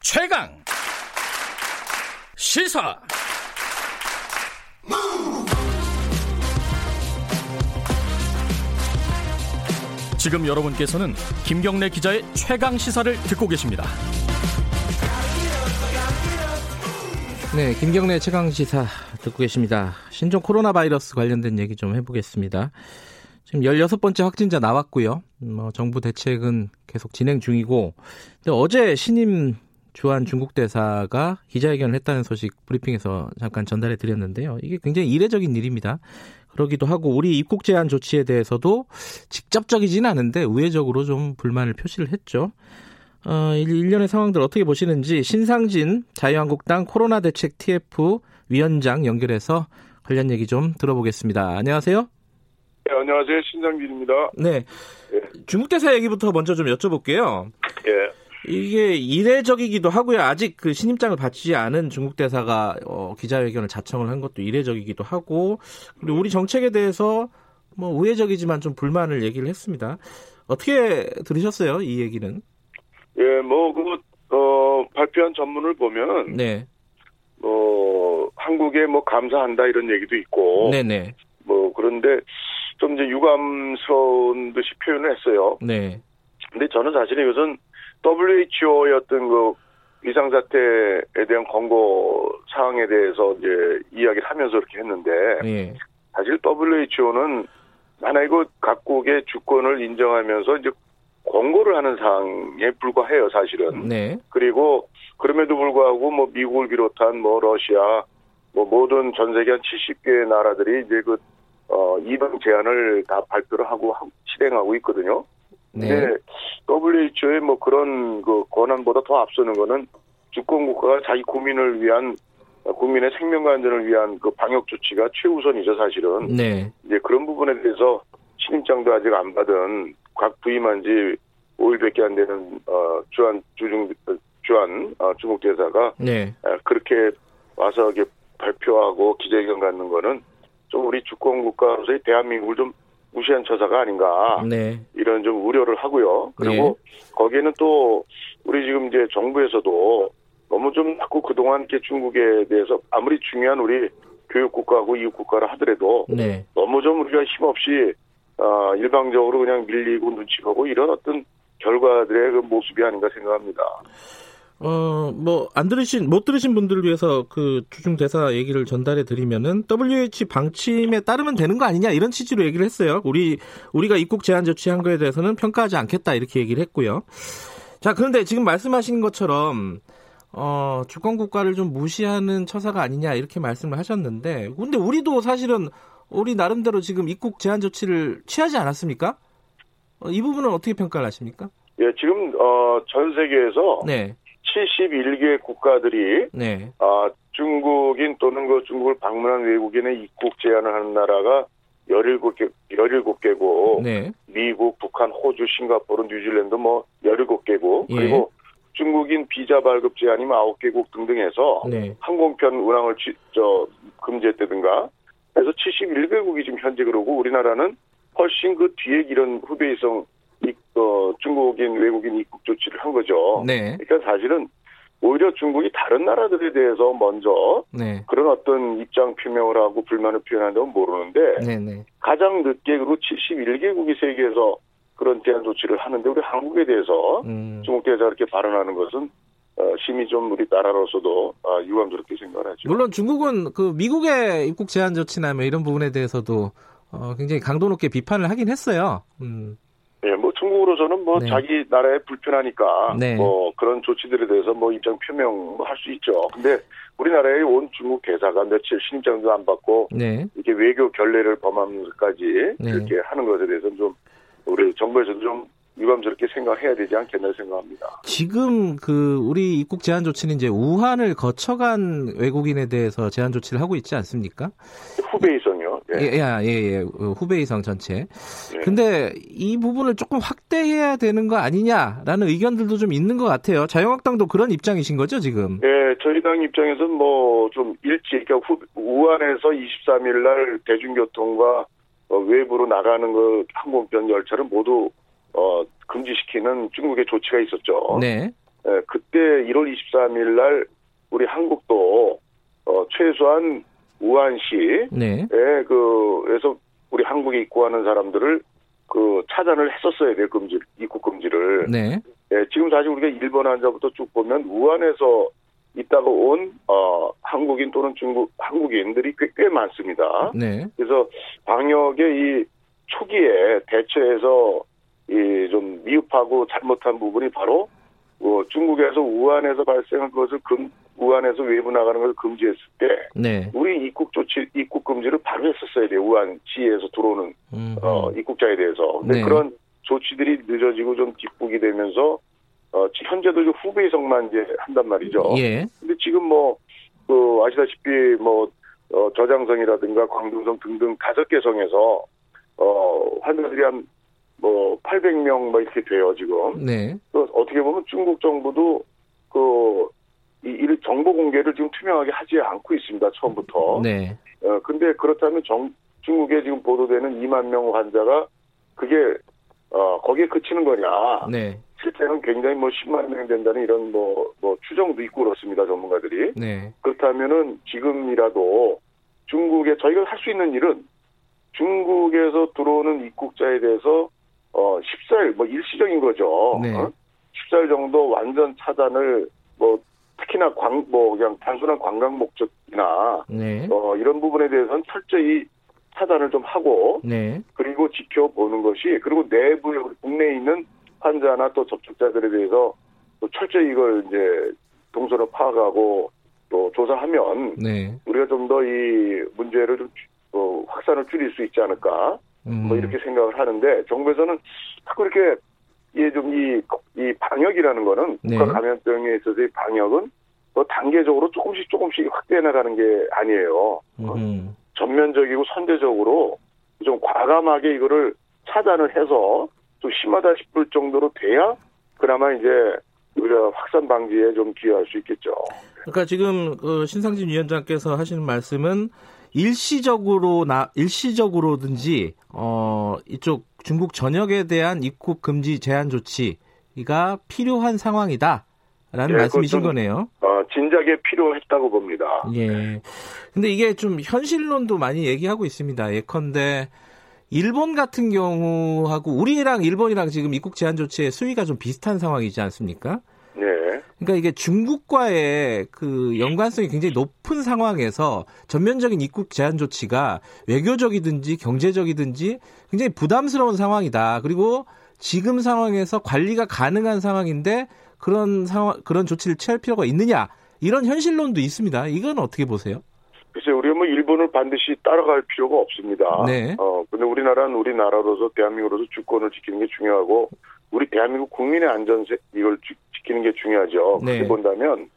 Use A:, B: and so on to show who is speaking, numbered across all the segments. A: 최강 시사 지금 여러분께서는 김경래 기자의 최강 시사를 듣고 계십니다.
B: 네, 김경래 최강 시사 듣고 계십니다. 신종 코로나 바이러스 관련된 얘기 좀 해보겠습니다. 지금 16번째 확진자 나왔고요. 음, 뭐 정부 대책은 계속 진행 중이고. 근데 어제 신임 주한 중국 대사가 기자회견을 했다는 소식 브리핑에서 잠깐 전달해 드렸는데요. 이게 굉장히 이례적인 일입니다. 그러기도 하고 우리 입국 제한 조치에 대해서도 직접적이진 않은데 우회적으로 좀 불만을 표시를 했죠. 어, 일- 일련의 상황들 어떻게 보시는지 신상진 자유한국당 코로나 대책 TF 위원장 연결해서 관련 얘기 좀 들어보겠습니다. 안녕하세요.
C: 네, 안녕하세요. 신장진입니다.
B: 네. 중국 대사 얘기부터 먼저 좀 여쭤볼게요.
C: 예.
B: 이게 이례적이기도 하고요. 아직 그 신임장을 받지 않은 중국 대사가 어, 기자회견을 자청을 한 것도 이례적이기도 하고, 근데 우리 정책에 대해서 뭐 우회적이지만 좀 불만을 얘기를 했습니다. 어떻게 들으셨어요? 이 얘기는?
C: 예, 뭐, 그, 어, 발표한 전문을 보면,
B: 네,
C: 뭐, 한국에 뭐, 감사한다 이런 얘기도 있고,
B: 네, 네,
C: 뭐, 그런데 좀 이제 유감스러운 듯이 표현을 했어요.
B: 네,
C: 근데 저는 사실 이것은 WHO의 어떤 그 비상사태에 대한 권고 사항에 대해서 이제 이야기를 하면서 이렇게 했는데,
B: 예,
C: 사실 WHO는 하나의 그 각국의 주권을 인정하면서 이제 권고를 하는 상황에 불과해요, 사실은.
B: 네,
C: 그리고 그럼에도 불구하고 뭐 미국을 비롯한 뭐 러시아 뭐 모든 전 세계 한 70개 나라들이 이제 그 어, 이동 제한을 다 발표를 하고 하- 실행하고 있거든요.
B: 네,
C: 근데 WHO의 뭐 그런 그 권한보다 더 앞서는 거는 주권 국가가 자기 국민을 위한 어, 국민의 생명과 안전을 위한 그 방역 조치가 최우선이죠, 사실은.
B: 네,
C: 이제 그런 부분에 대해서 신임장도 아직 안 받은 각 부임한 지 5일밖에 안 되는 어, 주한 주중 어, 주한 어, 중국 대사가
B: 네.
C: 어, 그렇게 와서 이렇게 발표하고 기자회견 갖는 거는 좀 우리 주권 국가로서의 대한민국을 좀 무시한 처사가 아닌가
B: 네.
C: 이런 좀 우려를 하고요. 그리고 거기에는 또 우리 지금 이제 정부에서도 너무 좀 자꾸 그동안 이렇게 중국에 대해서 아무리 중요한 우리 교육 국가하고 이웃 국가라 하더라도
B: 네.
C: 너무 좀 우리가 힘없이 어, 일방적으로 그냥 밀리고 눈치 보고 이런 어떤 결과들의 그 모습이 아닌가 생각합니다.
B: 어, 뭐, 안 들으신, 못 들으신 분들을 위해서 그 주중 대사 얘기를 전달해 드리면은 WHO 방침에 따르면 되는 거 아니냐 이런 취지로 얘기를 했어요. 우리, 우리가 입국 제한 조치한 거에 대해서는 평가하지 않겠다 이렇게 얘기를 했고요. 자, 그런데 지금 말씀하신 것처럼, 어, 주권국가를 좀 무시하는 처사가 아니냐 이렇게 말씀을 하셨는데, 근데 우리도 사실은 우리 나름대로 지금 입국 제한 조치를 취하지 않았습니까? 어, 이 부분은 어떻게 평가를 하십니까?
C: 예, 지금 어, 전 세계에서
B: 네,
C: 71개 국가들이
B: 네,
C: 아, 중국인 또는 그 중국을 방문한 외국인의 입국 제한을 하는 나라가 17개, 17개고
B: 네,
C: 미국, 북한, 호주, 싱가포르, 뉴질랜드 뭐 17개고
B: 예.
C: 그리고 중국인 비자 발급 제한이 9개국 등등해서
B: 네.
C: 항공편 운항을 취- 저, 금지했다든가 그래서 71개국이 지금 현재 그러고 우리나라는 훨씬 그 뒤에 이런 후베이성 이- 어, 중국인 외국인 입국 조치를 한 거죠.
B: 네.
C: 그러니까 사실은 오히려 중국이 다른 나라들에 대해서 먼저
B: 네.
C: 그런 어떤 입장 표명을 하고 불만을 표현한다면 모르는데
B: 네네.
C: 가장 늦게 그리고 71개국이 세계에서 그런 대안 조치를 하는데 우리 한국에 대해서
B: 음.
C: 중국 대사 이렇게 발언하는 것은 어, 심히 좀 우리 나라로서도 아, 유감스럽게 생각하죠.
B: 물론 중국은 그 미국의 입국 제한 조치나 뭐 이런 부분에 대해서도 어, 굉장히 강도 높게 비판을 하긴 했어요. 음.
C: 예, 뭐 중국으로서는 뭐
B: 네.
C: 자기 나라에 불편하니까
B: 네.
C: 뭐 그런 조치들에 대해서 뭐 입장 표명할 수 있죠. 근데 우리나라에 온 중국 대사가 며칠 신임장도 안 받고
B: 네.
C: 이렇게 외교 결례를 범하면서까지
B: 네.
C: 이렇게 하는 것에 대해서는 좀 우리 정부에서도 좀 유감스럽게 생각해야 되지 않겠나 생각합니다.
B: 지금 그 우리 입국 제한 조치는 이제 우한을 거쳐간 외국인에 대해서 제한 조치를 하고 있지 않습니까?
C: 후베이성이요. 예.
B: 예, 예, 예, 예. 어, 후베이성 전체.
C: 예.
B: 근데 이 부분을 조금 확대해야 되는 거 아니냐라는 의견들도 좀 있는 것 같아요. 자유한국당도 그런 입장이신 거죠, 지금?
C: 예, 저희 당 입장에서는 뭐 좀 일찍, 그러니까 후- 우한에서 23일 날 대중교통과 어, 외부로 나가는 그 항공편 열차를 모두 어, 금지시키는 중국의 조치가 있었죠.
B: 네.
C: 예, 그때 1월 23일 날 우리 한국도 어, 최소한 우한시
B: 네.
C: 예, 그, 그래서 우리 한국에 입국하는 사람들을 그 차단을 했었어야 될 금지, 입국 금지를.
B: 네.
C: 예, 지금 사실 우리가 일본 환자부터 쭉 보면 우한에서 있다가 온, 어, 한국인 또는 중국, 한국인들이 꽤, 꽤 많습니다.
B: 네.
C: 그래서 방역의 이 초기에 대처에서 이 좀 미흡하고 잘못한 부분이 바로 어, 중국에서 우한에서 발생한 것을 금, 우한에서 외부 나가는 것을 금지했을 때
B: 네.
C: 우리 입국 조치, 입국 금지를 바로 했었어야 돼요. 우한 시에서 들어오는
B: 음.
C: 어, 입국자에 대해서. 근데
B: 네.
C: 그런 조치들이 늦어지고 좀 뒷북이 되면서 어, 지- 현재도 이제 후베이성만 이제 한단 말이죠.
B: 예.
C: 근데 지금 뭐, 그, 아시다시피 뭐, 어, 저장성이라든가 광둥성 등등 다섯 개 성에서, 어, 환자들이 한, 뭐, 800명 뭐 이렇게 돼요, 지금.
B: 네.
C: 그 어떻게 보면 중국 정부도 그, 이, 이 정보 공개를 지금 투명하게 하지 않고 있습니다, 처음부터.
B: 네.
C: 어, 근데 그렇다면 정, 중국에 지금 보도되는 2만 명 환자가 그게, 어, 거기에 그치는 거냐.
B: 네.
C: 실제는 굉장히 뭐 10만 명 된다는 이런 뭐, 뭐 추정도 있고 그렇습니다, 전문가들이.
B: 네.
C: 그렇다면은 지금이라도 중국에 저희가 할 수 있는 일은 중국에서 들어오는 입국자에 대해서 어 14일 뭐 일시적인 거죠.
B: 네.
C: 어? 14일 정도 완전 차단을 뭐 특히나 광 뭐 그냥 단순한 관광 목적이나
B: 네.
C: 어 이런 부분에 대해서는 철저히 차단을 좀 하고
B: 네.
C: 그리고 지켜보는 것이 그리고 내부에 우리 국내에 있는 환자나 또 접촉자들에 대해서 또 철저히 이걸 이제 동선을 파악하고 또 조사하면
B: 네.
C: 우리가 좀 더 이 문제를 좀 줄- 어, 확산을 줄일 수 있지 않을까
B: 음.
C: 뭐 이렇게 생각을 하는데 정부에서는 자꾸 이렇게 이좀이 이 방역이라는 거는
B: 네.
C: 국가 감염병에 있어서의 방역은 뭐 단계적으로 조금씩 조금씩 확대해 나가는 게 아니에요.
B: 음.
C: 전면적이고 선제적으로 좀 과감하게 이거를 차단을 해서 좀 심하다 싶을 정도로 돼야 그나마 이제 우리가 확산 방지에 좀 기여할 수 있겠죠.
B: 그러니까 지금 그 신상진 위원장께서 하시는 말씀은 일시적으로 나 일시적으로든지 어 이쪽 중국 전역에 대한 입국 금지 제한 조치가 필요한 상황이다라는
C: 예,
B: 말씀이신
C: 그건 좀-
B: 거네요.
C: 어, 진작에 필요했다고 봅니다.
B: 예. 근데 이게 좀 현실론도 많이 얘기하고 있습니다. 예컨대 일본 같은 경우하고 우리랑 일본이랑 지금 입국 제한 조치의 수위가 좀 비슷한 상황이지 않습니까?
C: 네.
B: 그러니까 이게 중국과의 그 연관성이 굉장히 높은 상황에서 전면적인 입국 제한 조치가 외교적이든지 경제적이든지 굉장히 부담스러운 상황이다. 그리고 지금 상황에서 관리가 가능한 상황인데 그런 상황 그런 조치를 취할 필요가 있느냐 이런 현실론도 있습니다. 이건 어떻게 보세요?
C: 글쎄, 우리가 뭐 일본을 반드시 따라갈 필요가 없습니다.
B: 네.
C: 어, 근데 우리나라는 우리나라로서 대한민국으로서 주권을 지키는 게 중요하고 우리 대한민국 국민의 안전 세- 이걸 지- 지키는 게 중요하죠.
B: 네.
C: 그렇게 본다면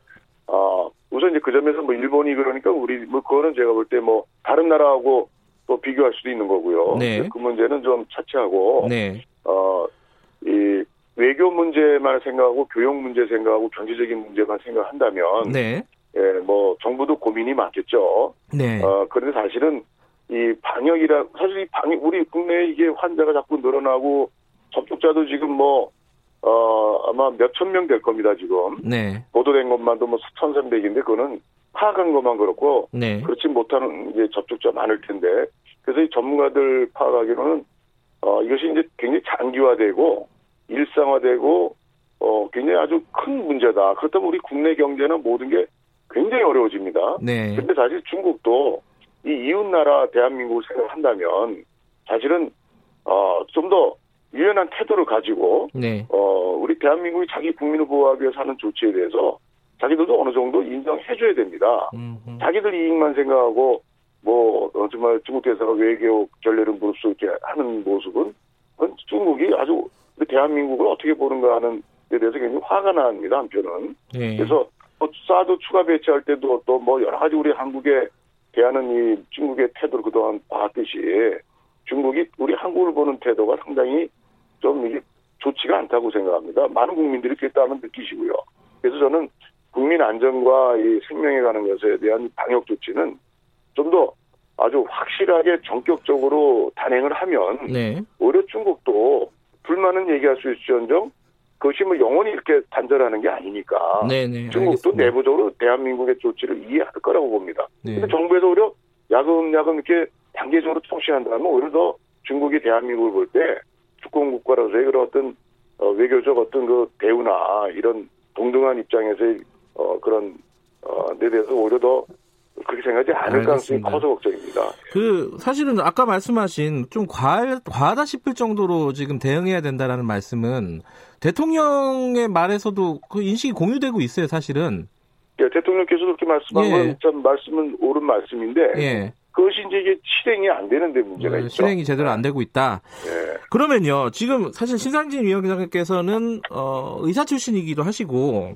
C: 아 우선 이제 그 점에서 뭐 일본이 그러니까 우리 뭐 그거는 제가 볼 때 뭐 다른 나라하고 또 비교할 수도 있는 거고요.
B: 네.
C: 근데 그 문제는 좀 차치하고 어,
B: 네,
C: 어이 외교 문제만 생각하고 교육 문제 생각하고 경제적인 문제만 생각한다면
B: 네,
C: 예, 뭐 정부도 고민이 많겠죠.
B: 네,
C: 어, 그런데 사실은 이 방역이라 사실 이 방역 우리 국내에 이게 환자가 자꾸 늘어나고 접촉자도 지금 뭐 어, 아마 몇 천 명 될 겁니다, 지금.
B: 네,
C: 보도된 것만도 뭐 1,300인데 그거는 파악한 것만 그렇고
B: 네,
C: 그렇지 못하는 이제 접촉자 많을 텐데 그래서 이 전문가들 파악하기로는 어, 이것이 이제 굉장히 장기화되고 일상화되고 어, 굉장히 아주 큰 문제다. 그렇다면 우리 국내 경제는 모든 게 굉장히 어려워집니다.
B: 네,
C: 근데 사실 중국도 이 이웃 나라 대한민국을 생각한다면 사실은 어, 좀 더 유연한 태도를 가지고
B: 네,
C: 어, 우리 대한민국이 자기 국민을 보호하기 위해서 하는 조치에 대해서 자기들도 어느 정도 인정해줘야 됩니다.
B: 음, 음.
C: 자기들 이익만 생각하고 뭐 어, 정말 중국 대사가 외교 전례를 무릅쓰게 하는 모습은 그건 중국이 아주 우리 대한민국을 어떻게 보는가 하는 데 대해서 굉장히 화가 납니다 한편은.
B: 네,
C: 그래서 뭐 사드 추가 배치할 때도 또 뭐 여러 가지 우리 한국에 대하는 이 중국의 태도를 그동안 봤듯이 중국이 우리 한국을 보는 태도가 상당히 좀 이게 좋지가 않다고 생각합니다. 많은 국민들이 그렇게 따면 느끼시고요. 그래서 저는 국민 안전과 이 생명에 관한 것에 대한 방역 조치는 좀 더 아주 확실하게 전격적으로 단행을 하면
B: 네,
C: 오히려 중국도 불만은 얘기할 수 있을지언정 그것이 뭐 영원히 이렇게 단절하는 게 아니니까
B: 네네.
C: 중국도
B: 예, 알겠습니다.
C: 내부적으로 대한민국의 조치를 이해할 거라고 봅니다.
B: 네.
C: 근데 정부에서 오히려 야금야금 이렇게 단계적으로 통신한다면 오히려 더 중국이 대한민국을 볼 때 주권 국가로서의 그런 어떤 어, 외교적 어떤 그 대우나 이런 동등한 입장에서의 어, 그런 어, 데 대해서 오히려 더 그렇게 생각하지 않을 가능성이
B: 알겠습니다.
C: 커서 걱정입니다.
B: 그 사실은 아까 말씀하신 좀 과할, 과하다 싶을 정도로 지금 대응해야 된다라는 말씀은 대통령의 말에서도 그 인식이 공유되고 있어요, 사실은.
C: 예, 대통령께서 그렇게 말씀한
B: 예.
C: 건 참 말씀은 옳은 말씀인데
B: 예.
C: 그것이 이제 이게 실행이 안 되는데 네, 문제가
B: 어,
C: 있죠. 네.
B: 실행이 제대로 안 되고 있다.
C: 예.
B: 그러면요, 지금 사실 신상진 위원장께서는 어, 의사 출신이기도 하시고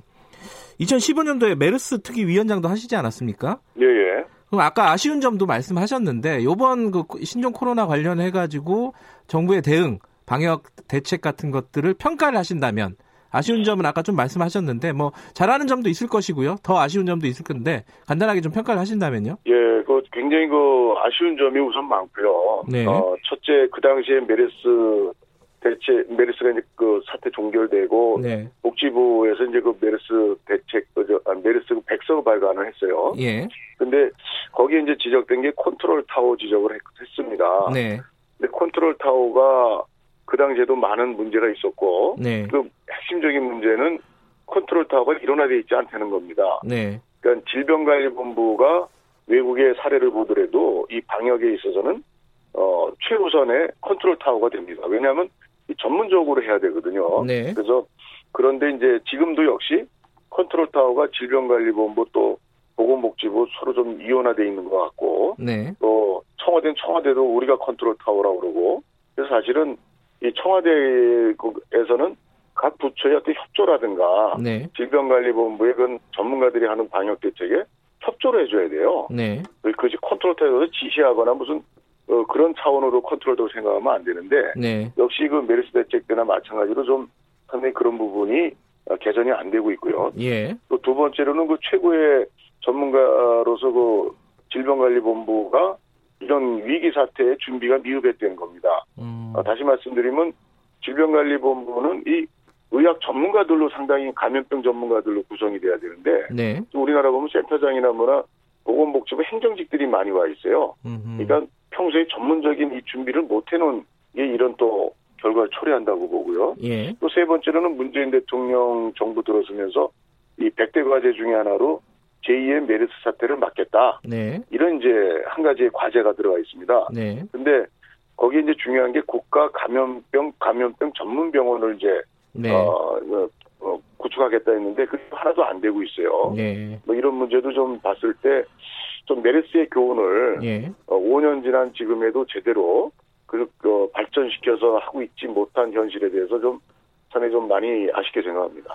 B: 2015년도에 메르스 특위 위원장도 하시지 않았습니까?
C: 예, 예.
B: 그럼 아까 아쉬운 점도 말씀하셨는데 요번 그 신종 코로나 관련해 가지고 정부의 대응 방역 대책 같은 것들을 평가를 하신다면 아쉬운 점은 아까 좀 말씀하셨는데 뭐 잘하는 점도 있을 것이고요 더 아쉬운 점도 있을 건데 간단하게 좀 평가를 하신다면요
C: 예, 그 굉장히 그 아쉬운 점이 우선 많고요.
B: 네.
C: 어, 첫째 그 당시에 메르스 대체 메르스가 이제 그 사태 종결되고
B: 네.
C: 복지부에서 이제 그 메르스 대책 그저 아, 메르스 그 백서 발간을 했어요.
B: 네예네네
C: 근데 거기에 이제 지적된 게 컨트롤 타워 지적을 했, 습니다
B: 네.
C: 근데 컨트롤 타워가 그 당시에도 많은 문제가
B: 네.
C: 있었고 그 핵심적인 문제는 컨트롤 타워가 일원화돼 있지 않다는 겁니다.
B: 네.
C: 그러니까 질병관리본부가 외국의 사례를 보더라도 이 방역에 있어서는 어, 최우선의 컨트롤 타워가 됩니다. 왜냐하면 이 전문적으로 해야 되거든요.
B: 네.
C: 그래서 그런데 이제 지금도 역시 컨트롤 타워가 질병관리본부 또 보건복지부 서로 좀 이원화돼 있는 것 같고
B: 네.
C: 또 청와대는 청와대도 우리가 컨트롤 타워라고 그러고 그래서 사실은 이 청와대에서는 각 부처의 어떤 협조라든가
B: 네.
C: 질병관리본부의 그 전문가들이 하는 방역 대책에 협조를 해줘야 돼요.
B: 네.
C: 그것이 컨트롤타에서 지시하거나 무슨 어, 그런 차원으로 컨트롤도 생각하면 안 되는데
B: 네.
C: 역시 그 메르스 대책 때나 마찬가지로 좀 상당히 그런 부분이 어, 개선이 안 되고 있고요.
B: 예.
C: 또 두 번째로는 그 최고의 전문가로서 그 질병관리본부가 이런 위기 사태의 준비가 미흡했던 겁니다.
B: 음.
C: 어, 다시 말씀드리면 질병관리본부는 이 의학 전문가들로 상당히 감염병 전문가들로 구성이 돼야 되는데
B: 네.
C: 또 우리나라 보면 센터장이나 뭐나 보건복지부 행정직들이 많이 와 있어요.
B: 음.
C: 그러니까 평소에 전문적인 이 준비를 못 해놓은 게 이런 또 결과를 초래한다고 보고요.
B: 예.
C: 또 세 번째로는 문재인 대통령 정부 들어서면서 이 100대 과제 중에 하나로 제2의 메르스 사태를 막겠다.
B: 네.
C: 이런 이제 한 가지의 과제가 들어가 있습니다.
B: 네.
C: 근데 거기에 이제 중요한 게 국가 감염병 감염병 전문 병원을 이제
B: 네.
C: 어, 어, 어, 구축하겠다 했는데 그게 하나도 안 되고 있어요.
B: 네.
C: 뭐 이런 문제도 좀 봤을 때 좀 메르스의 교훈을
B: 예.
C: 어, 5년 지난 지금에도 제대로 그 어, 발전시켜서 하고 있지 못한 현실에 대해서 좀 전에 좀 많이 아쉽게 생각합니다.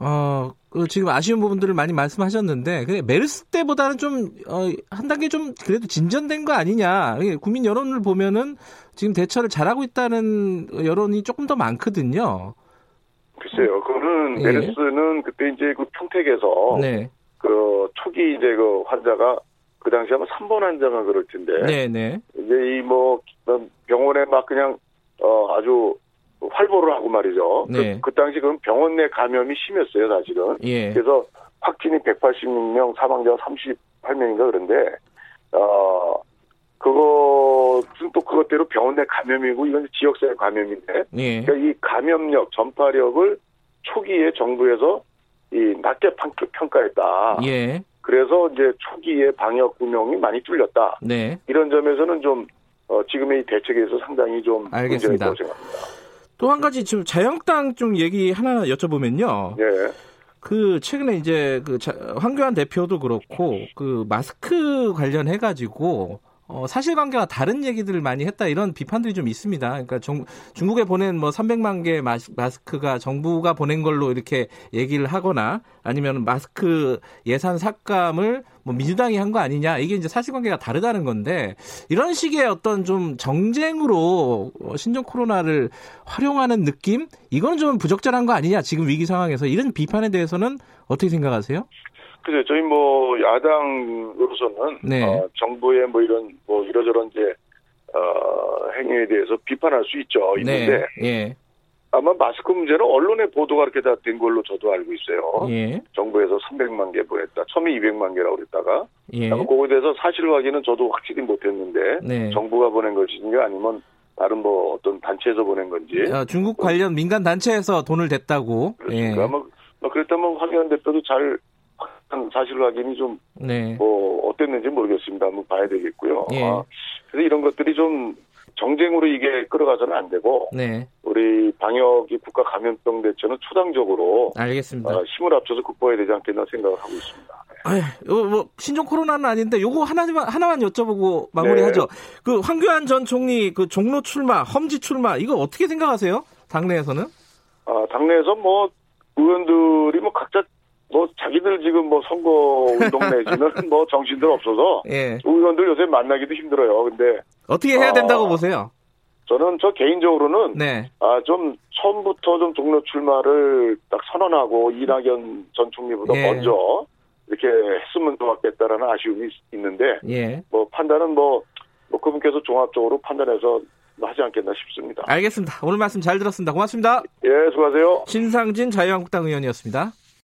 B: 어, 그 지금 아쉬운 부분들을 많이 말씀하셨는데, 근데 메르스 때보다는 좀, 어, 한 단계 좀 그래도 진전된 거 아니냐. 이게 국민 여론을 보면은 지금 대처를 잘하고 있다는 여론이 조금 더 많거든요.
C: 글쎄요, 그거는
B: 예.
C: 메르스는 그때 이제 그 평택에서
B: 네.
C: 그 초기 이제 그 환자가 그 당시 아마 3번 환자가 그럴 텐데
B: 네, 네.
C: 이제 이 뭐 병원에 막 그냥 어 아주 활보를 하고 말이죠.
B: 네.
C: 그, 그 당시 그럼 병원 내 감염이 심했어요, 사실은.
B: 예.
C: 그래서 확진이 186명, 사망자가 38명인가 그런데 어 그것은 또 그것대로 병원 내 감염이고 이건 지역사회 감염인데
B: 예.
C: 그러니까 이 감염력, 전파력을 초기에 정부에서 이 낮게 판- 평가했다.
B: 예.
C: 그래서 이제 초기에 방역 구명이 많이 뚫렸다.
B: 네.
C: 이런 점에서는 좀 어, 지금의 이 대책에서 상당히 좀
B: 알겠습니다.
C: 문제가 있다고 생각합니다.
B: 또 한 가지 지금 자영당 좀 얘기 하나 여쭤보면요.
C: 예,
B: 그 최근에 이제 그 자- 황교안 대표도 그렇고 그 마스크 관련해 가지고 어 사실관계와 다른 얘기들을 많이 했다 이런 비판들이 좀 있습니다. 그러니까 정- 중국에 보낸 뭐 300만 개 마스, 마스크가 정부가 보낸 걸로 이렇게 얘기를 하거나 아니면 마스크 예산 삭감을 뭐 민주당이 한 거 아니냐 이게 이제 사실관계가 다르다는 건데 이런 식의 어떤 좀 정쟁으로 어, 신종 코로나를 활용하는 느낌 이거는 좀 부적절한 거 아니냐 지금 위기 상황에서 이런 비판에 대해서는 어떻게 생각하세요?
C: 그죠. 저희 뭐 야당으로서는
B: 네.
C: 어, 정부의 뭐 이런 뭐 이러저런 이제 어, 행위에 대해서 비판할 수 있죠. 있는데
B: 네, 예,
C: 아마 마스크 문제는 언론의 보도가 이렇게 다 된 걸로 저도 알고 있어요.
B: 예.
C: 정부에서 300만 개 보냈다. 처음에 200만 개라고 그랬다가
B: 예.
C: 아마 그거에 대해서 사실 확인은 저도 확실히 못했는데
B: 네.
C: 정부가 보낸 것인가 아니면 다른 뭐 어떤 단체에서 보낸 건지
B: 아, 중국 관련 민간 단체에서 돈을 댔다고. 예.
C: 그렇습니까? 뭐, 뭐 그렇다면 황교안 대표도 잘 확실한 사실 확인이 좀
B: 네.
C: 뭐 어땠는지 모르겠습니다. 한번 봐야 되겠고요.
B: 예.
C: 아, 그래서 이런 것들이 좀 정쟁으로 이게 끌어가서는 안 되고
B: 네.
C: 우리 방역이 국가 감염병 대처는 초당적으로
B: 알겠습니다.
C: 어, 힘을 합쳐서 극복해야 되지 않겠나 생각을 하고 있습니다.
B: 아휴, 요, 뭐 신종 코로나는 아닌데 요거 하나만 하나만 여쭤보고
C: 네.
B: 마무리하죠. 그 황교안 전 총리 그 종로 출마, 험지 출마 이거 어떻게 생각하세요? 당내에서는?
C: 아, 당내에서 뭐 의원들이 뭐 각자 뭐 자기들 지금 뭐 선거 운동 내지는 뭐 정신들 없어서
B: 예.
C: 의원들 요새 만나기도 힘들어요. 근데
B: 어떻게 해야
C: 아.
B: 된다고 보세요?
C: 저는 저 개인적으로는
B: 네.
C: 아 좀 처음부터 좀 종로 출마를 딱 선언하고 이낙연 전 총리보다
B: 예.
C: 먼저 이렇게 했으면 좋았겠다라는 아쉬움이 있- 있는데
B: 예.
C: 뭐 판단은 뭐, 뭐 그분께서 종합적으로 판단해서 뭐 하지 않겠나 싶습니다.
B: 알겠습니다. 오늘 말씀 잘 들었습니다. 고맙습니다.
C: 예, 수고하세요.
B: 신상진 자유한국당 의원이었습니다.